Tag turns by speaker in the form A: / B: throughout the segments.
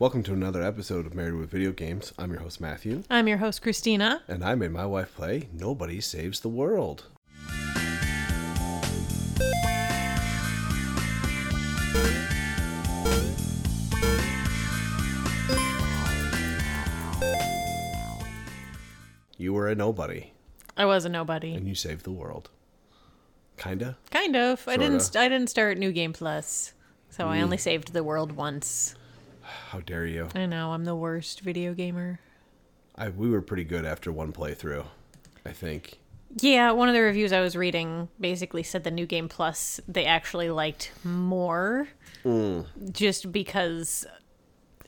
A: Welcome to another episode of Married with Video Games. I'm your host, Matthew,
B: I'm your host, Christina.
A: and I made my wife play Nobody Saves the World. You were a nobody
B: I was a nobody.
A: and you saved the world. Kinda?
B: Kind of. I didn't.
A: Sorta. Mm.
B: st- I didn't start New Game Plus, so I only saved the world once.
A: How dare you?
B: I know I'm the worst video gamer.
A: I, we were pretty good after one playthrough, I think.
B: Yeah, one of the reviews I was reading basically said the New Game Plus they actually liked more, just because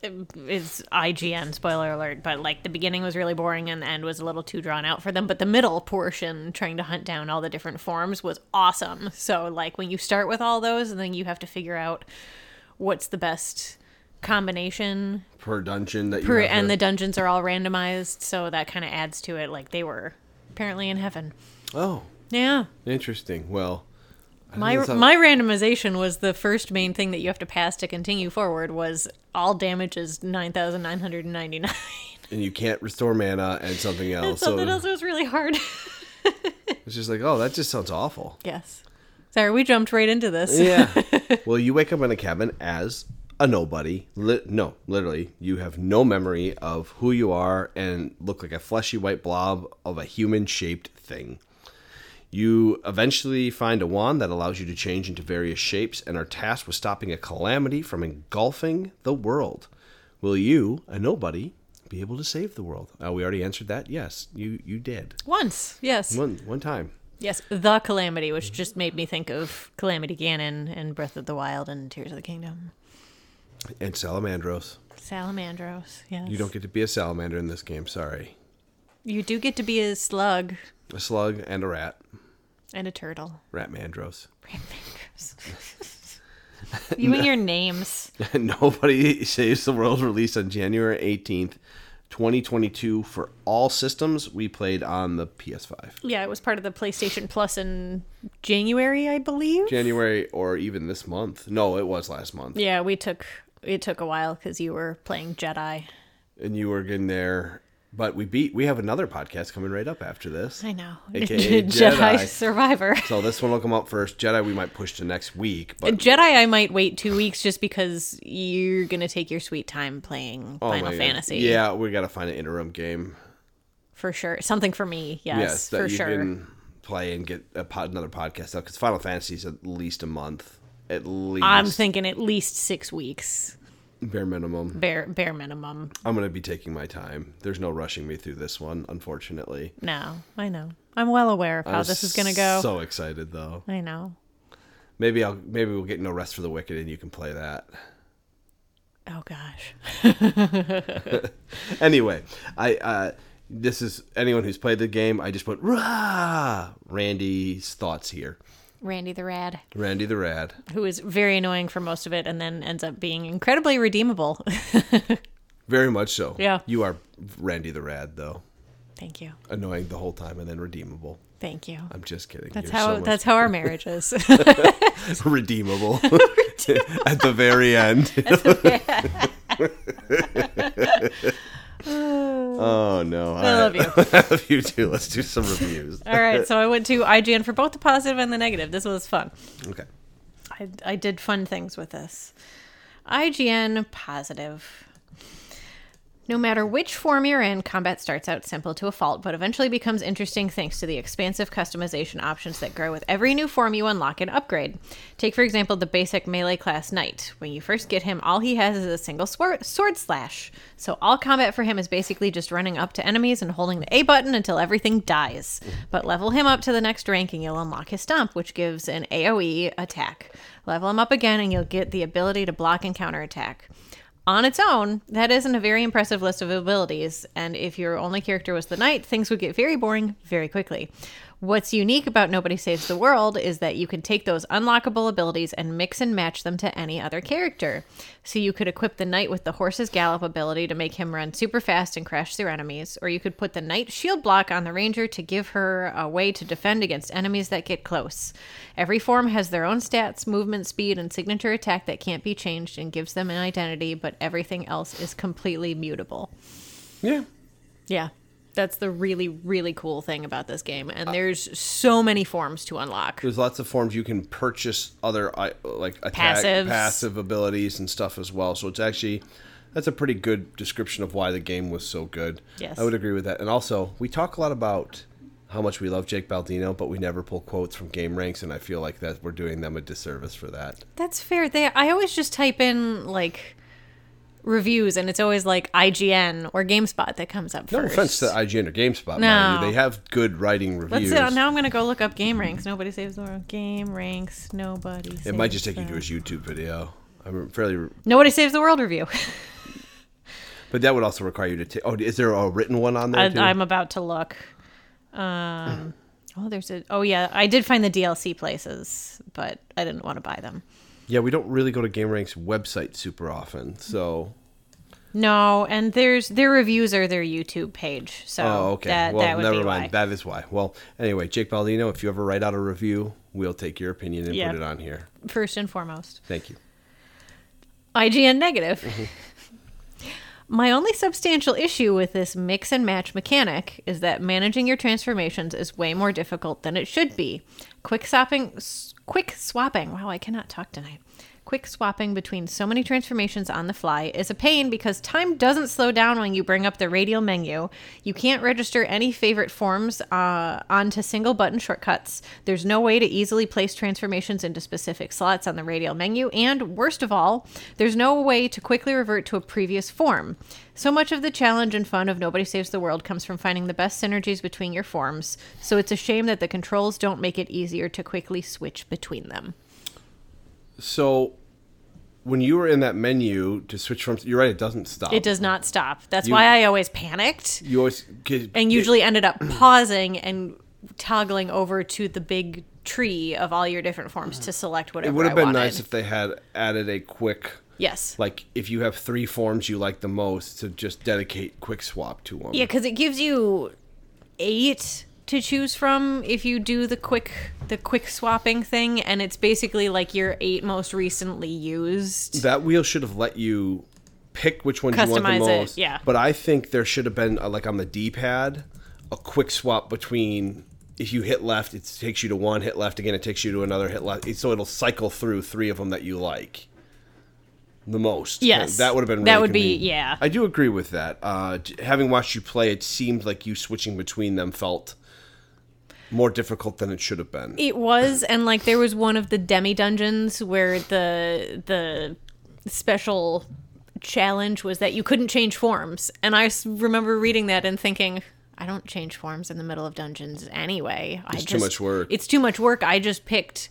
B: it's IGN spoiler alert. But like the beginning was really boring and the end was a little too drawn out for them. But the middle portion, trying to hunt down all the different forms, was awesome. So like when you start with all those and then you have to figure out what's the best combination
A: Per dungeon that
B: per-
A: you have
B: and
A: to-
B: the dungeons are all randomized, so that kind of adds to it. Like they were apparently in heaven.
A: Oh,
B: Yeah,
A: Interesting. Well, I
B: my
A: think that's how-
B: my randomization was the first main thing that you have to pass to continue forward. Was all damage is nine thousand nine hundred ninety nine.
A: and you can't restore mana and something else. so
B: Something else was really hard.
A: it's just like, oh, that just sounds awful.
B: yes, sorry, we jumped right into this.
A: Yeah. well, you wake up in a cabin as a nobody. Li- no, literally, you have no memory of who you are and look like a fleshy white blob of a human-shaped thing. You eventually find a wand that allows you to change into various shapes and are tasked with stopping a calamity from engulfing the world. Will you, a nobody, be able to save the world? Uh, we already answered that. Yes, you you did.
B: Once, yes,
A: One one time.
B: yes, the calamity, which just made me think of Calamity Ganon and Breath of the Wild and Tears of the Kingdom.
A: And salamandros.
B: Salamandros, yes.
A: You don't get to be a salamander in this game, sorry.
B: You do get to be a slug
A: A slug and a rat.
B: and a turtle.
A: Rat mandros.
B: you and your names.
A: Nobody Saves the World released on January 18th, 2022 for all systems. We played on the PS5.
B: Yeah, it was part of the PlayStation Plus in January, I believe.
A: January or even this month. No, it was last month.
B: yeah, we took it took a while because you were playing Jedi.
A: And you were in there. But we beat, we have another podcast coming right up after this.
B: I know,
A: AKA Jedi.
B: Jedi Survivor.
A: So this one will come out first. Jedi, we might push to next week. But
B: Jedi, I might wait two weeks just because you're gonna take your sweet time playing
A: oh
B: Final
A: my God.
B: Fantasy.
A: Yeah, we got to find an interim game.
B: for sure. Something for me, yes,
A: yes, that
B: for
A: you
B: sure.
A: can play and get a pod, another podcast up because Final Fantasy is at least a month, at least
B: I'm thinking at least six weeks,
A: bare minimum.
B: bare bare minimum.
A: I'm gonna be taking my time. There's no rushing me through this one, unfortunately.
B: No, I know. I'm well aware of how
A: I'm
B: Oh, this is gonna go.
A: So excited though.
B: I know.
A: Maybe I'll maybe we'll get no rest for the wicked and you can play that.
B: Oh gosh.
A: Anyway, I uh, this is anyone who's played the game. I just put rah Randy's thoughts here.
B: Randy the Rad,
A: Randy the Rad.
B: who is very annoying for most of it and then ends up being incredibly redeemable.
A: Very much so.
B: Yeah.
A: You are Randy the Rad though.
B: Thank you.
A: Annoying the whole time and then redeemable.
B: Thank you.
A: I'm just kidding.
B: That's
A: You're so
B: how
A: much
B: that's how our marriage is.
A: redeemable at the very end. oh no!
B: I love you.
A: love you too. Let's do some reviews.
B: All right, so I went to IGN for both the positive and the negative. This was fun.
A: Okay.
B: I, I did fun things with this. IGN positive. No matter which form you're in, combat starts out simple to a fault, but eventually becomes interesting thanks to the expansive customization options that grow with every new form you unlock and upgrade. Take, for example, the basic melee class Knight. When you first get him, all he has is a single swor- sword slash, so all combat for him is basically just running up to enemies and holding the A button until everything dies. But level him up to the next rank and you'll unlock his stomp, which gives an AoE attack. Level him up again and you'll get the ability to block and counterattack. On its own, that isn't a very impressive list of abilities, and if your only character was the knight, things would get very boring very quickly. What's unique about Nobody Saves the World is that you can take those unlockable abilities and mix and match them to any other character. So you could equip the knight with the horse's gallop ability to make him run super fast and crash through enemies, or you could put the knight shield block on the ranger to give her a way to defend against enemies that get close. Every form has their own stats, movement speed, and signature attack that can't be changed and gives them an identity, but everything else is completely mutable.
A: Yeah.
B: Yeah. That's the really, really cool thing about this game. And there's so many forms to unlock.
A: There's lots of forms you can purchase other I- like attack,
B: Passives.
A: passive abilities and stuff as well. So it's actually that's a pretty good description of why the game was so good.
B: Yes.
A: I would agree with that. And also, we talk a lot about how much we love Jake Baldino, but we never pull quotes from Game Ranks, and I feel like that we're doing them a disservice for that.
B: That's fair. They, I always just type in like reviews and it's always like IGN or GameSpot that comes up
A: No
B: first.
A: offense to IGN or GameSpot, mind
B: No.
A: you, they have good writing
B: Let's
A: reviews.
B: uh, now I'm gonna go look up game ranks. Nobody saves the world. Game ranks. Nobody. Saves
A: it might just take you
B: the-
A: to his YouTube video. I'm fairly,
B: Nobody saves the world review.
A: but that would also require you to take. Oh, is there a written one on there?
B: I,
A: too?
B: I'm about to look. Um, oh, there's a. Oh yeah, I did find the DLC places, but I didn't want to buy them.
A: Yeah, we don't really go to GameRank's website super often, so
B: No, and there's their reviews are their YouTube page. So
A: oh okay.
B: that,
A: well,
B: that would
A: never
B: be
A: mind.
B: why.
A: That is why. Well, anyway, Jake Baldino, if you ever write out a review, we'll take your opinion and
B: Yeah.
A: put it on here.
B: First and foremost.
A: Thank you.
B: IGN negative. My only substantial issue with this mix and match mechanic is that managing your transformations is way more difficult than it should be. Quick swapping, s- quick swapping. Wow, I cannot talk tonight. Quick swapping between so many transformations on the fly is a pain because time doesn't slow down when you bring up the radial menu. You can't register any favorite forms uh, onto single button shortcuts. There's no way to easily place transformations into specific slots on the radial menu. And worst of all, there's no way to quickly revert to a previous form. So much of the challenge and fun of Nobody Saves the World comes from finding the best synergies between your forms. So it's a shame that the controls don't make it easier to quickly switch between them.
A: So, when you were in that menu to switch from, you're right. It doesn't stop.
B: It does not stop. That's
A: You-
B: why I always panicked.
A: You always 'cause
B: and usually ended up pausing and toggling over to the big tree of all your different forms to select
A: It
B: whatever.
A: would have
B: I
A: been
B: wanted.
A: nice if they had added a quick,
B: yes.
A: like if you have three forms you like the most, to just dedicate quick swap to them.
B: yeah, because it gives you eight to choose from if you do the quick the quick swapping thing, and it's basically like your eight most recently used.
A: that wheel should have let you pick which one you want the
B: Customize it,
A: most.
B: yeah.
A: But I think there should have been uh, like on the D-pad a quick swap between if you hit left, it takes you to one. Hit left again, it takes you to another. Hit left, so it'll cycle through three of them that you like the most.
B: Yes.
A: that would have been. Really
B: That would be-
A: convenient.
B: yeah.
A: I do agree with that. Uh, j- having watched you play, it seemed like you switching between them felt more difficult than it should have been.
B: It was, and like there was one of the demi dungeons where the the special challenge was that you couldn't change forms, and I s- remember reading that and thinking, I don't change forms in the middle of dungeons anyway. I
A: It's
B: just,
A: too much work.
B: It's too much work. I just picked,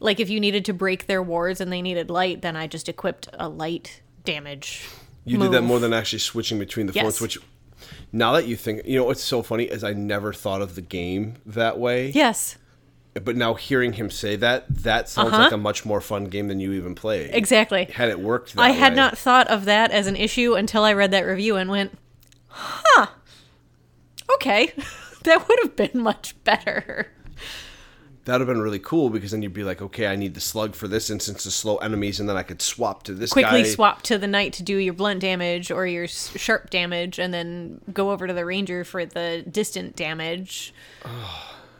B: like, if you needed to break their wards and they needed light, then I just equipped a light damage.
A: You did that
B: move.
A: more than actually switching between the
B: Yes.
A: forms, which now that you think, you know, what's so funny is I never thought of the game that way.
B: Yes,
A: But now hearing him say that, that sounds like a much more fun game than you even played.
B: Uh-huh. exactly.
A: Had it worked that
B: I had
A: way.
B: not thought of that as an issue until I read that review and went, huh, okay, that would have been much better.
A: That would have been really cool because then you'd be like, okay, I need the slug for this instance to slow enemies, and then I could swap to this
B: Quickly
A: guy.
B: swap to the knight to do your blunt damage or your s- sharp damage, and then go over to the ranger for the distant damage.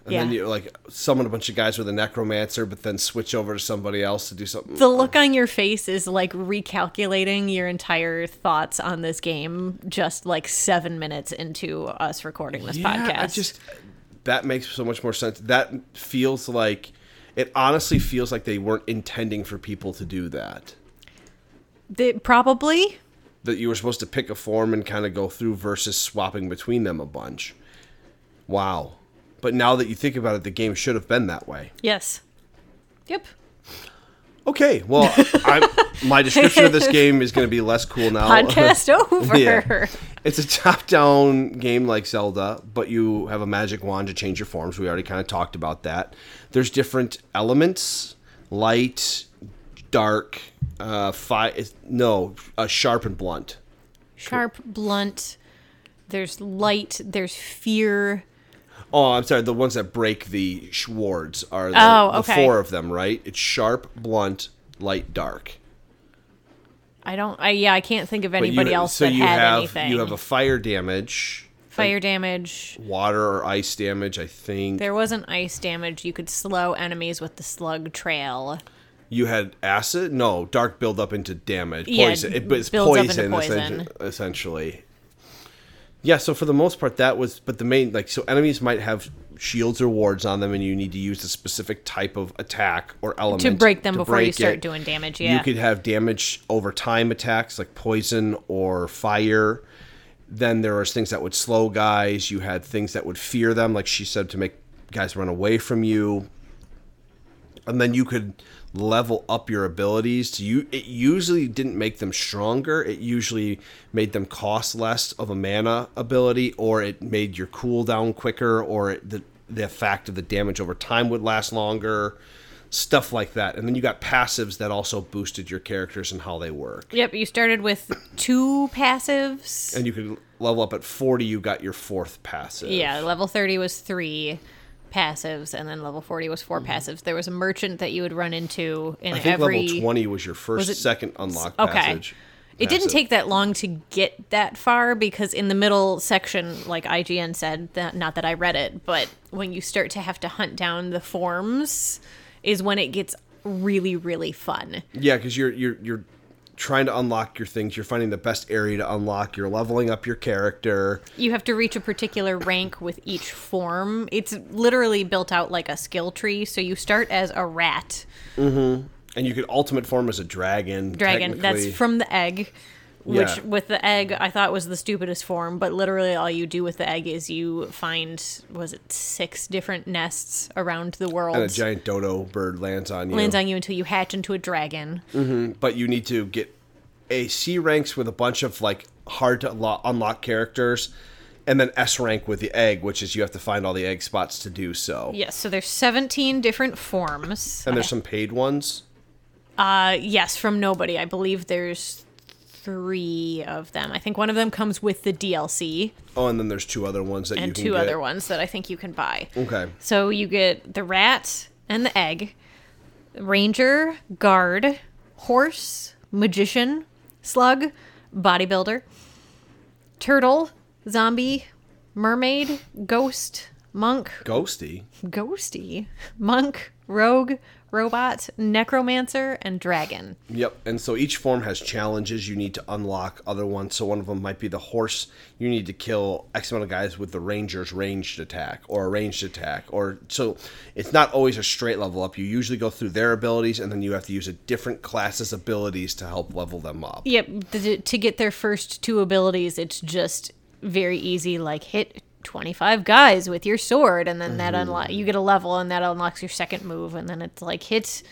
A: And then you like summon a bunch of guys with a necromancer, but then switch over to somebody else to do something.
B: the look on your face is like recalculating your entire thoughts on this game just like seven minutes into us recording this podcast.
A: I just that makes so much more sense. That feels like it honestly feels like they weren't intending for people to do that.
B: They- probably
A: That you were supposed to pick a form and kind of go through versus swapping between them a bunch. Wow. But now that you think about it, the game should have been that way.
B: yes. Yep.
A: Okay, well, I'm, my description of this game is going to be less cool now.
B: Podcast over.
A: Oh, Yeah. It's a top down game like Zelda, but you have a magic wand to change your forms. We already kind of talked about that. There's different elements light, dark, uh, fi- it's- no, uh, sharp and blunt.
B: Sharp, blunt. There's light. There's fear.
A: Oh, I'm sorry. The ones that break the swords are the,
B: Oh,
A: the
B: okay.
A: four of them, right? It's sharp, blunt, light, dark.
B: I don't. I yeah. I can't think of
A: But you-
B: anybody else
A: so
B: that
A: you
B: had
A: have
B: anything.
A: you have a fire damage,
B: fire damage.
A: water or ice damage. I think
B: There wasn't ice damage. You could slow enemies with the slug trail.
A: you had acid. No, dark build up into damage.
B: Yeah,
A: Poison. It, but it's
B: builds up into
A: poison, essen-
B: poison.
A: essentially. Yeah. So for the most part, that was. But the main like so enemies might have shields or wards on them, and you need to use a specific type of attack or element
B: To break them before you
A: break
B: start
A: it.
B: doing damage, yeah.
A: You could have damage over time attacks like poison or fire. Then there was things that would slow guys. You had things that would fear them, like she said, to make guys run away from you. And then you could level up your abilities. To you, it usually didn't make them stronger. It usually made them cost less of a mana ability, or it made your cooldown quicker, or it, the the effect of the damage over time would last longer stuff like that. And then you got passives that also boosted your characters and how they work.
B: Yep, you started with two passives.
A: And you could level up at 40, you got your fourth passive.
B: Yeah, level 30 was three passives, and then level 40 was 4 passives. There was a merchant that you would run into in
A: Mm-hmm. I think
B: every.
A: level 20 was your first,
B: it-
A: second unlock
B: Okay.
A: passage.
B: It didn't
A: passive.
B: take that long to get that far because in the middle section, like IGN said, that, not that I read it, but when you start to have to hunt down the forms, is when it gets really, really fun.
A: Yeah, because you're you're you're trying to unlock your things. You're finding the best area to unlock. You're leveling up your character.
B: You have to reach a particular rank with each form. It's literally built out like a skill tree. So you start as a rat.
A: And you could ultimate form as a dragon.
B: dragon. That's
A: technically.
B: from the egg, which
A: Yeah.
B: with the egg I thought was the stupidest form, but literally all you do with the egg is you find was it six different nests around the world.
A: and a giant dodo bird lands on you.
B: lands on you until you hatch into a dragon.
A: Mm. but you need to get a C ranks with a bunch of like hard to unlo- unlock characters, and then S rank with the egg, which is you have to find all the egg spots to do so.
B: Yes, so there's 17 different forms.
A: And there's some paid ones.
B: Uh, yes, from nobody. I believe there's three of them. I think one of them comes with the DLC
A: Oh, and then there's two other ones that you
B: and
A: can
B: two
A: get.
B: other ones that I think you can buy.
A: Okay.
B: So you get the rat and the egg, ranger, guard, horse, magician, slug, bodybuilder, turtle, zombie, mermaid, ghost, monk,
A: Ghosty.
B: ghosty, monk, rogue, robot, necromancer, and dragon.
A: Yep. And so each form has challenges you need to unlock other ones. So one of them might be the horse. You need to kill X amount of guys with the ranger's ranged attack or a ranged attack. Or so it's not always a straight level up. You usually go through their abilities and then you have to use a different class's abilities to help level them up.
B: Yep, th- to get their first two abilities, it's just very easy. Like hit twenty-five guys with your sword, and then that unlock you get a level, and that unlocks your second move, and then it's like hit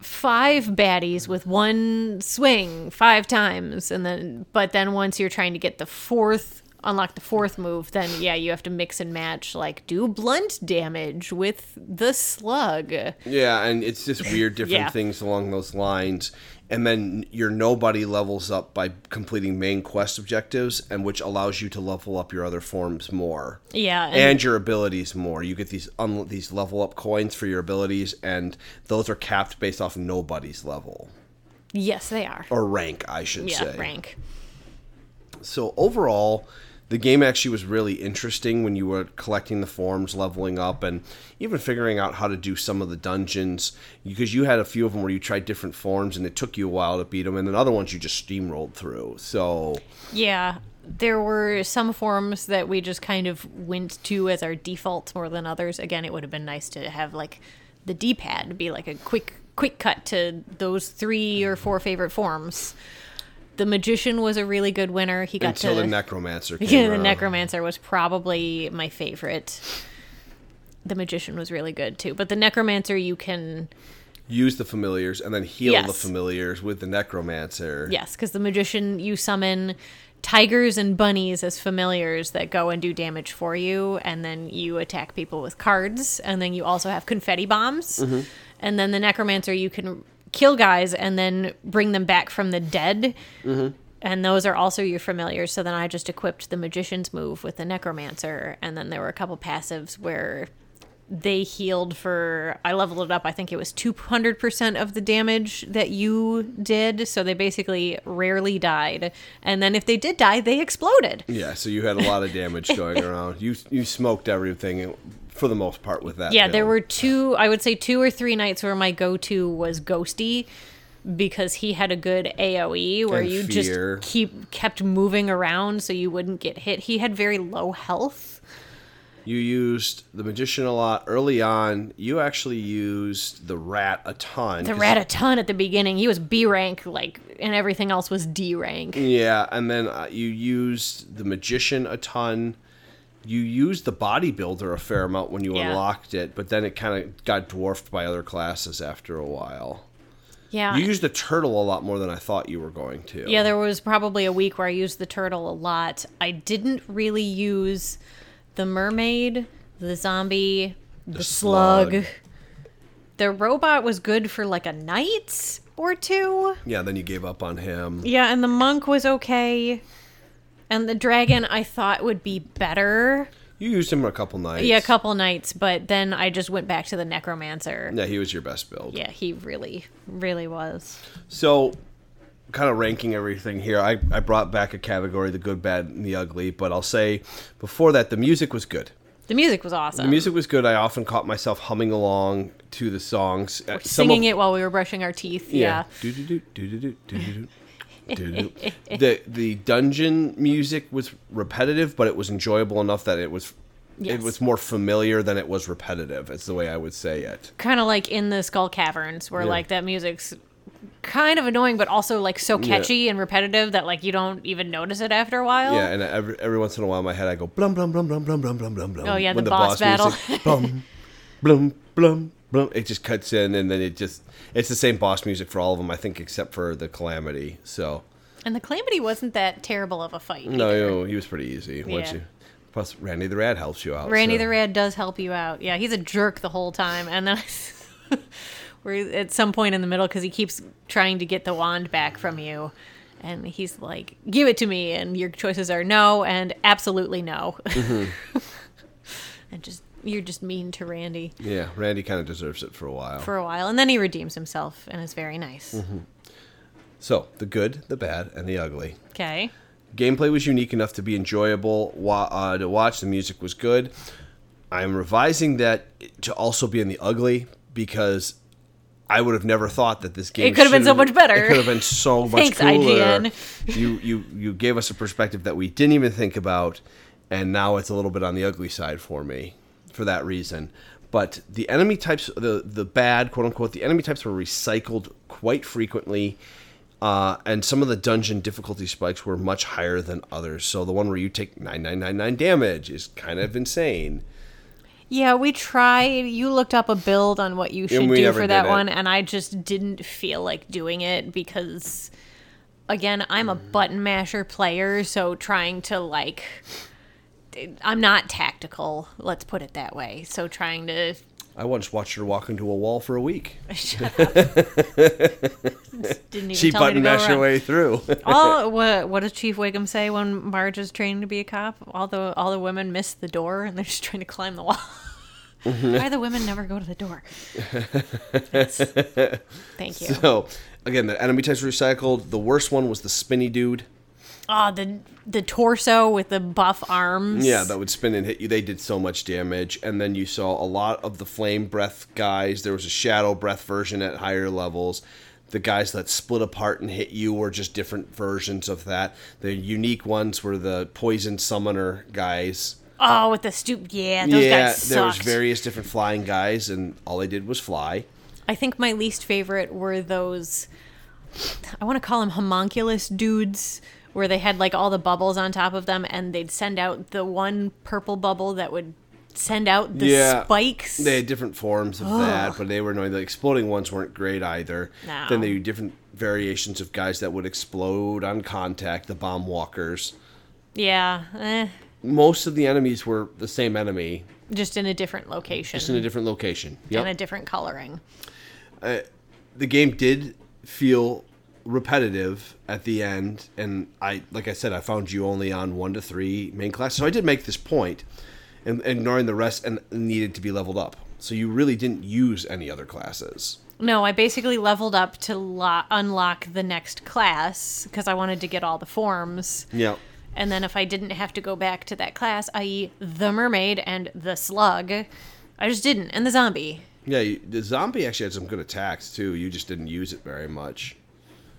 B: five baddies with one swing five times, and then but then once you're trying to get the fourth unlock the fourth move, then yeah, you have to mix and match like do blunt damage with the slug.
A: Yeah, and it's just weird different
B: Yeah.
A: things along those lines. And then your nobody levels up by completing main quest objectives and which allows you to level up your other forms more.
B: Yeah, and-
A: and your abilities more. You get these un- these level up coins for your abilities, and those are capped based off nobody's level
B: Yes, they are.
A: or rank, I should
B: Yeah,
A: say.
B: rank.
A: So overall, the game actually was really interesting when you were collecting the forms, leveling up, and even figuring out how to do some of the dungeons because you had a few of them where you tried different forms and it took you a while to beat them, and then other ones you just steamrolled through. So
B: Yeah, there were some forms that we just kind of went to as our default more than others. Again, it would have been nice to have like the D-pad be like a quick quick cut to those three or four favorite forms. The magician was a really good winner. He got
A: until
B: to
A: the uh, necromancer came
B: yeah, the
A: around.
B: necromancer was probably my favorite. The magician was really good too, but the necromancer you can
A: use the familiars and then heal the
B: Yes.
A: familiars with the necromancer.
B: Yes, because the magician you summon tigers and bunnies as familiars that go and do damage for you, and then you attack people with cards, and then you also have confetti bombs, and then the necromancer you can kill guys and then bring them back from the dead. And those are also your familiars. So then I just equipped the magician's move with the necromancer, and then there were a couple passives where they healed for I leveled it up. I think it was 200% of the damage that you did, so they basically rarely died. And then if they did die, they exploded.
A: Yeah, so you had a lot of damage going around. You you smoked everything for the most part with that.
B: Yeah, there
A: build.
B: were two, I would say two or three nights where my go-to was Ghosty because he had a good AoE where
A: And
B: you
A: fear.
B: just keep kept moving around so you wouldn't get hit. He had very low health.
A: You used the magician a lot early on. You actually used the rat a ton.
B: The
A: 'cause-
B: rat a ton at the beginning. He was B rank like and everything else was D rank.
A: Yeah, and then uh, you used the magician a ton. You used the bodybuilder a fair amount when you
B: Yeah.
A: unlocked it, but then it kind of got dwarfed by other classes after a while.
B: Yeah.
A: You used the turtle a lot more than I thought you were going to.
B: Yeah, there was probably a week where I used the turtle a lot. I didn't really use the mermaid, the zombie, the, slug.
A: slug.
B: The robot was good for like a night or two.
A: Yeah, then you gave up on him.
B: Yeah, and the monk was okay. And the dragon I thought would be better.
A: You used him a couple nights.
B: Yeah, a couple nights, but then I just went back to the necromancer.
A: Yeah, he was your best build.
B: Yeah, he really, really was.
A: So, kind of ranking everything here, I, I brought back a category the good, bad, and the ugly, but I'll say before that, the music was good.
B: The music was awesome.
A: The music was good. I often caught myself humming along to the songs. Uh, some
B: Singing
A: of-
B: it while we were brushing our teeth. yeah.
A: Do-do-do, do-do-do, do-do-do, do-do-do. the the dungeon music was repetitive, but it was enjoyable enough that it was
B: Yes.
A: it was more familiar than it was repetitive. It's the way I would say it.
B: kind of like in the skull caverns where like that music's kind of annoying but also like so catchy and repetitive that like you don't even notice it after a while
A: Yeah, and every, every once in a while in my head I go blum blum blum blum blum blum blum blum blum.
B: Oh, yeah, the boss battle.
A: music, blum blum blum blum. It just cuts in, and then it just it's the same boss music for all of them, I think, except for the Calamity. So
B: and the calamity wasn't that terrible of a fight
A: no,
B: either.
A: you know, he was pretty easy once
B: Yeah.
A: you. Plus, Randy the Rat helps you out.
B: randy
A: so.
B: the red does help you out yeah he's a jerk the whole time and then we're at some point in the middle because he keeps trying to get the wand back from you and he's like give it to me and your choices are no and absolutely no
A: Mm-hmm.
B: and just you're just mean to randy
A: Yeah, Randy kind of deserves it for a while.
B: for a while, and then he redeems himself and is very nice.
A: Mm-hmm. so, the good, the bad, and the ugly.
B: Okay.
A: Gameplay was unique enough to be enjoyable wa- uh, to watch. The music was good. I'm revising that to also be in the ugly because I would have never thought that this game
B: It could have been so
A: should've-
B: much better.
A: It could have been so much
B: Thanks,
A: cooler.
B: IGN.
A: you you you gave us a perspective that we didn't even think about, and now it's a little bit on the ugly side for me for that reason. But the enemy types, the the bad quote unquote, the enemy types were recycled quite frequently. Uh, and some of the dungeon difficulty spikes were much higher than others. So the one where you take 9999 damage is kind of insane.
B: Yeah, we tried. You looked up a build on what you should
A: we
B: do
A: never
B: for that
A: did it.
B: one, and I just didn't feel like doing it because, again, I'm a
A: Mm.
B: button masher player, so trying to like. I'm not tactical, let's put it that way. So trying to
A: I once watched her walk into a wall for a week.
B: shut up. Didn't even
A: She
B: tell me to
A: button
B: go
A: mashed her
B: around.
A: way through.
B: all what what does Chief Wiggum say when Marge is training to be a cop? All the all the women miss the door and they're just trying to climb the wall.
A: Mm-hmm.
B: Why the women never go to the door? That's- Thank you.
A: so, again, the enemy types were recycled. The worst one was the spinny dude.
B: Ah, the the torso with the buff arms.
A: Yeah, that would spin and hit you. They did so much damage. And then you saw a lot of the flame breath guys. There was a shadow breath version at higher levels. The guys that split apart and hit you were just different versions of that. The unique ones were the poison summoner guys.
B: oh, with the stoop. Yeah, those
A: yeah,
B: guys
A: there was
B: sucked.
A: various different flying guys, and all they did was fly.
B: I think my least favorite were those. I want to call them homunculus dudes, where they had like all the bubbles on top of them, and they'd send out the one purple bubble that would send out the
A: Yeah.
B: spikes.
A: They had different forms of that, but they were annoying. The exploding ones weren't great either.
B: No.
A: Then they do different variations of guys that would explode on contact, the bomb walkers.
B: yeah, eh,
A: Most of the enemies were the same enemy,
B: just in a different location
A: just in a different location.
B: and a
A: Yep.
B: different coloring.
A: The game did feel repetitive at the end, and I, like I said, I found you only on one to three main class, so I did make this point, and and ignoring the rest and needed to be leveled up. So you really didn't use any other classes.
B: No, I basically leveled up to lo- unlock the next class because I wanted to get all the forms.
A: Yeah.
B: And then if I didn't have to go back to that class, i.e., the mermaid and the slug, I just didn't. And the zombie.
A: Yeah, you, the zombie actually had some good attacks too. You just didn't use it very much.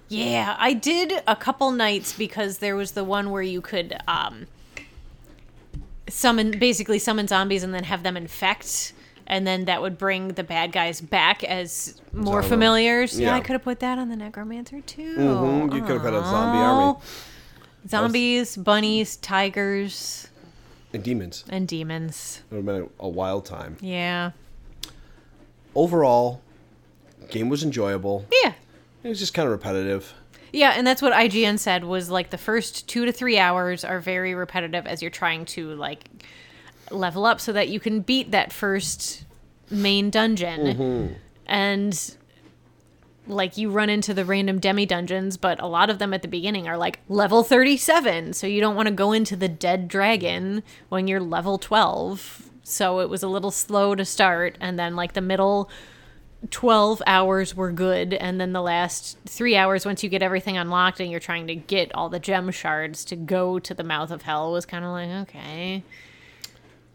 B: Yeah, I did a couple nights because there was the one where you could um, summon, basically summon zombies and then have them infect. And then that would bring the bad guys back as more
A: Zombie.
B: familiars. Yeah,
A: Yeah.
B: I could have put that on the Necromancer too.
A: Mhm, you could have had a zombie army.
B: Aww. Zombies, bunnies, tigers,
A: And demons. It
B: and demons.
A: would have been a, a wild time.
B: Yeah.
A: Overall, game was enjoyable.
B: Yeah.
A: It was just kind of repetitive.
B: Yeah, and that's what IGN said was like the first two to three hours are very repetitive as you're trying to like level up so that you can beat that first main dungeon. And like you run into the random demi dungeons, but a lot of them at the beginning are like level 37. So you don't want to go into the dead dragon when you're level 12. So it was a little slow to start. And then like the middle 12 hours were good and then the last three hours once you get everything unlocked and you're trying to get all the gem shards to go to the mouth of hell was kind of like okay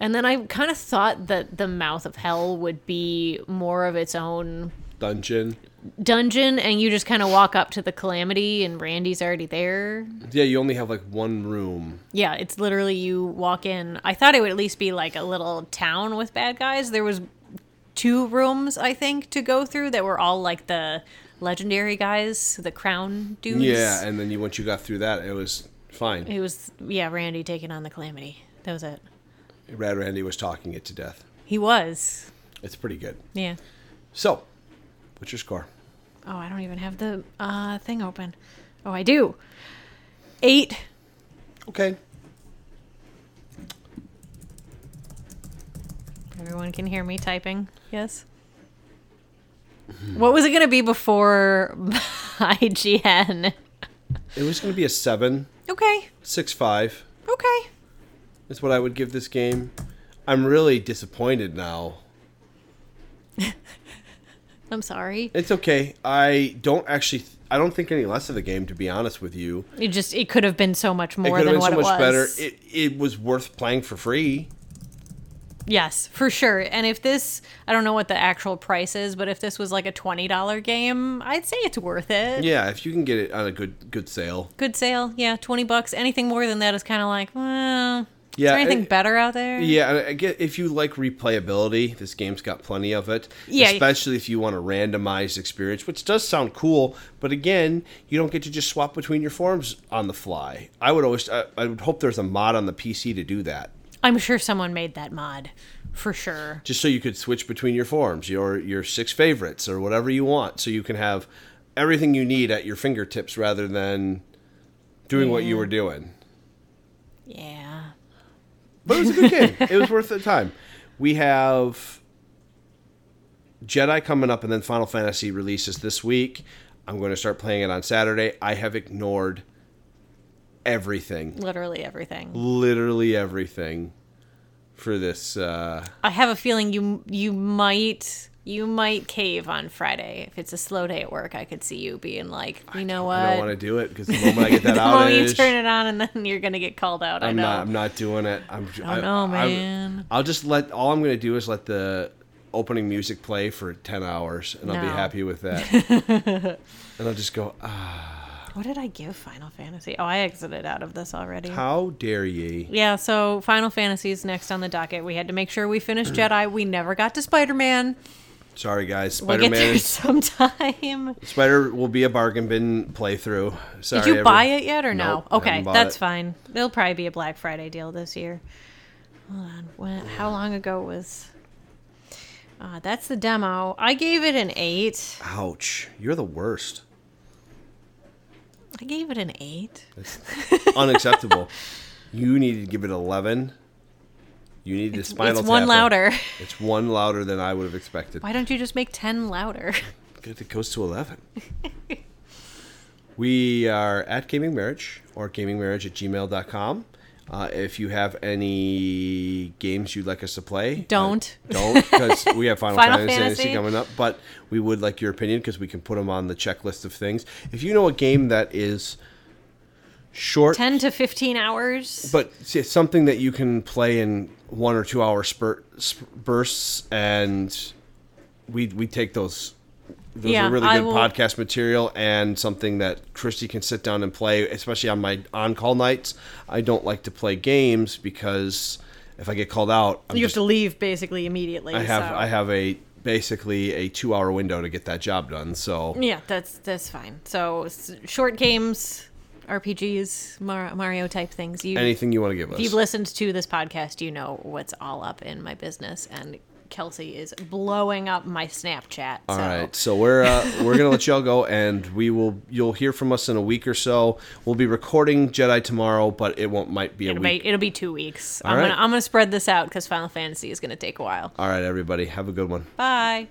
B: and then i kind of thought that the mouth of hell would be more of its own
A: Dungeon.
B: dungeon and you just kind of walk up to the calamity and randy's already there
A: Yeah, you only have like one room.
B: yeah it's literally you walk in i thought it would at least be like a little town with bad guys there was two rooms I think to go through that were all like the legendary guys, the crown dudes.
A: Yeah, and then you once you got through that, it was fine.
B: it was yeah Randy taking on the calamity. That was it.
A: Rad Randy was talking it to death.
B: He was
A: It's pretty good.
B: yeah.
A: So, what's your score?
B: Oh, I don't even have the uh, thing open. Oh, I do. Eight.
A: Okay.
B: Everyone can hear me typing. Yes. What was it going to be before IGN?
A: It was going to be a seven,
B: Okay.
A: six, five.
B: Okay.
A: is what I would give this game. I'm really disappointed now.
B: I'm sorry.
A: It's okay. I don't actually. I don't think any less of the game, to be honest with you.
B: It just it could have been so much
A: It
B: more
A: could have
B: than
A: been
B: what
A: so
B: it was.
A: much better. It it was worth playing for free.
B: Yes, for sure. And if this, I don't know what the actual price is, but if this was like a $20 game, I'd say it's worth it.
A: Yeah, if you can get it on a good good sale.
B: Good sale. Yeah, 20 bucks. Anything more than that is kind of like, well,
A: Yeah,
B: is there anything
A: it-
B: better out there?
A: Yeah, and I get if you like replayability, this game's got plenty of it.
B: Yeah.
A: especially if you want a randomized experience, which does sound cool. But again, you don't get to just swap between your forms on the fly. I would always. I, I would hope there's a mod on the PC to do that.
B: I'm sure someone made that mod. For sure.
A: just so you could switch between your forms, your your six favorites or whatever you want, so you can have everything you need at your fingertips rather than doing what you were doing.
B: Yeah.
A: But it was a good game. It was worth the time. We have Jedi coming up and then Final Fantasy releases this week. I'm going to start playing it on Saturday. I have ignored everything.
B: Literally everything.
A: Literally everything for this uh
B: I have a feeling you you might you might cave on Friday. If it's a slow day at work, I could see you being like, you know what?
A: I don't want to do it because the moment I get that
B: the
A: out
B: moment you turn it on and then you're gonna get called out. i
A: I'm
B: know.
A: not. I'm not doing it. I'm. I
B: don't know, Oh, man.
A: I, will just let. All I'm going to do is let the opening music play for ten hours, and I'll be
B: No.
A: happy with that. and I'll just go. Ah,
B: What did I give Final Fantasy? Oh, I exited out of this already.
A: how dare ye?
B: Yeah, so Final Fantasy is next on the docket. We had to make sure we finished
A: Mm.
B: Jedi. We never got to Spider Man.
A: Sorry, guys.
B: We'll
A: Spider
B: get there
A: Man.
B: sometime.
A: Spider will be a bargain bin playthrough. Sorry.
B: Did you
A: every-
B: buy it yet or no?
A: Nope, I
B: okay,
A: haven't bought
B: that's
A: it.
B: fine. There'll probably be a Black Friday deal this year. Hold on. When, how long ago was. Uh, that's the demo. I gave it an eight.
A: Ouch. You're the worst.
B: I gave it an eight.
A: Unacceptable. you need to give it 11. You need to spinal
B: it's one
A: tap it.
B: louder.
A: It's one louder than I would have expected.
B: Why don't you just make 10 louder?
A: Good, It goes to 11. we are at Gaming Marriage or gamingmarriage at gmail.com. Uh, if you have any games you'd like us to play, uh,
B: Don't.
A: don't, because we have Final,
B: Final
A: Fantasy,
B: Fantasy.
A: coming up. But we would like your opinion because we can put them on the checklist of things. If you know a game that is short,
B: 10 to 15 hours.
A: but see, it's something that you can play in one or two hour spurt, sp- bursts, and we we take those. Those
B: Yeah,
A: are really
B: I
A: good
B: will-
A: podcast material and something that Christy can sit down and play, especially on my on call nights. I don't like to play games because if I get called out, I'm
B: you
A: just,
B: have to leave basically immediately.
A: I have
B: so.
A: I have a basically a two hour window to get that job done. So
B: Yeah, that's that's fine. So s- short games, RPGs, Mar- Mario type things. You,
A: anything you want to give us,
B: if you've listened to this podcast, you know what's all up in my business. And Kelsey is blowing up my Snapchat.
A: All
B: so.
A: right, so we're uh, we're gonna let y'all go, and we will. You'll hear from us in a week or so. We'll be recording Jedi tomorrow, but it won't might be a
B: It'll
A: week.
B: be, it'll be two weeks.
A: All
B: I'm
A: right.
B: gonna I'm gonna spread this out because Final Fantasy is gonna take a while.
A: All right, everybody, have a good one.
B: Bye.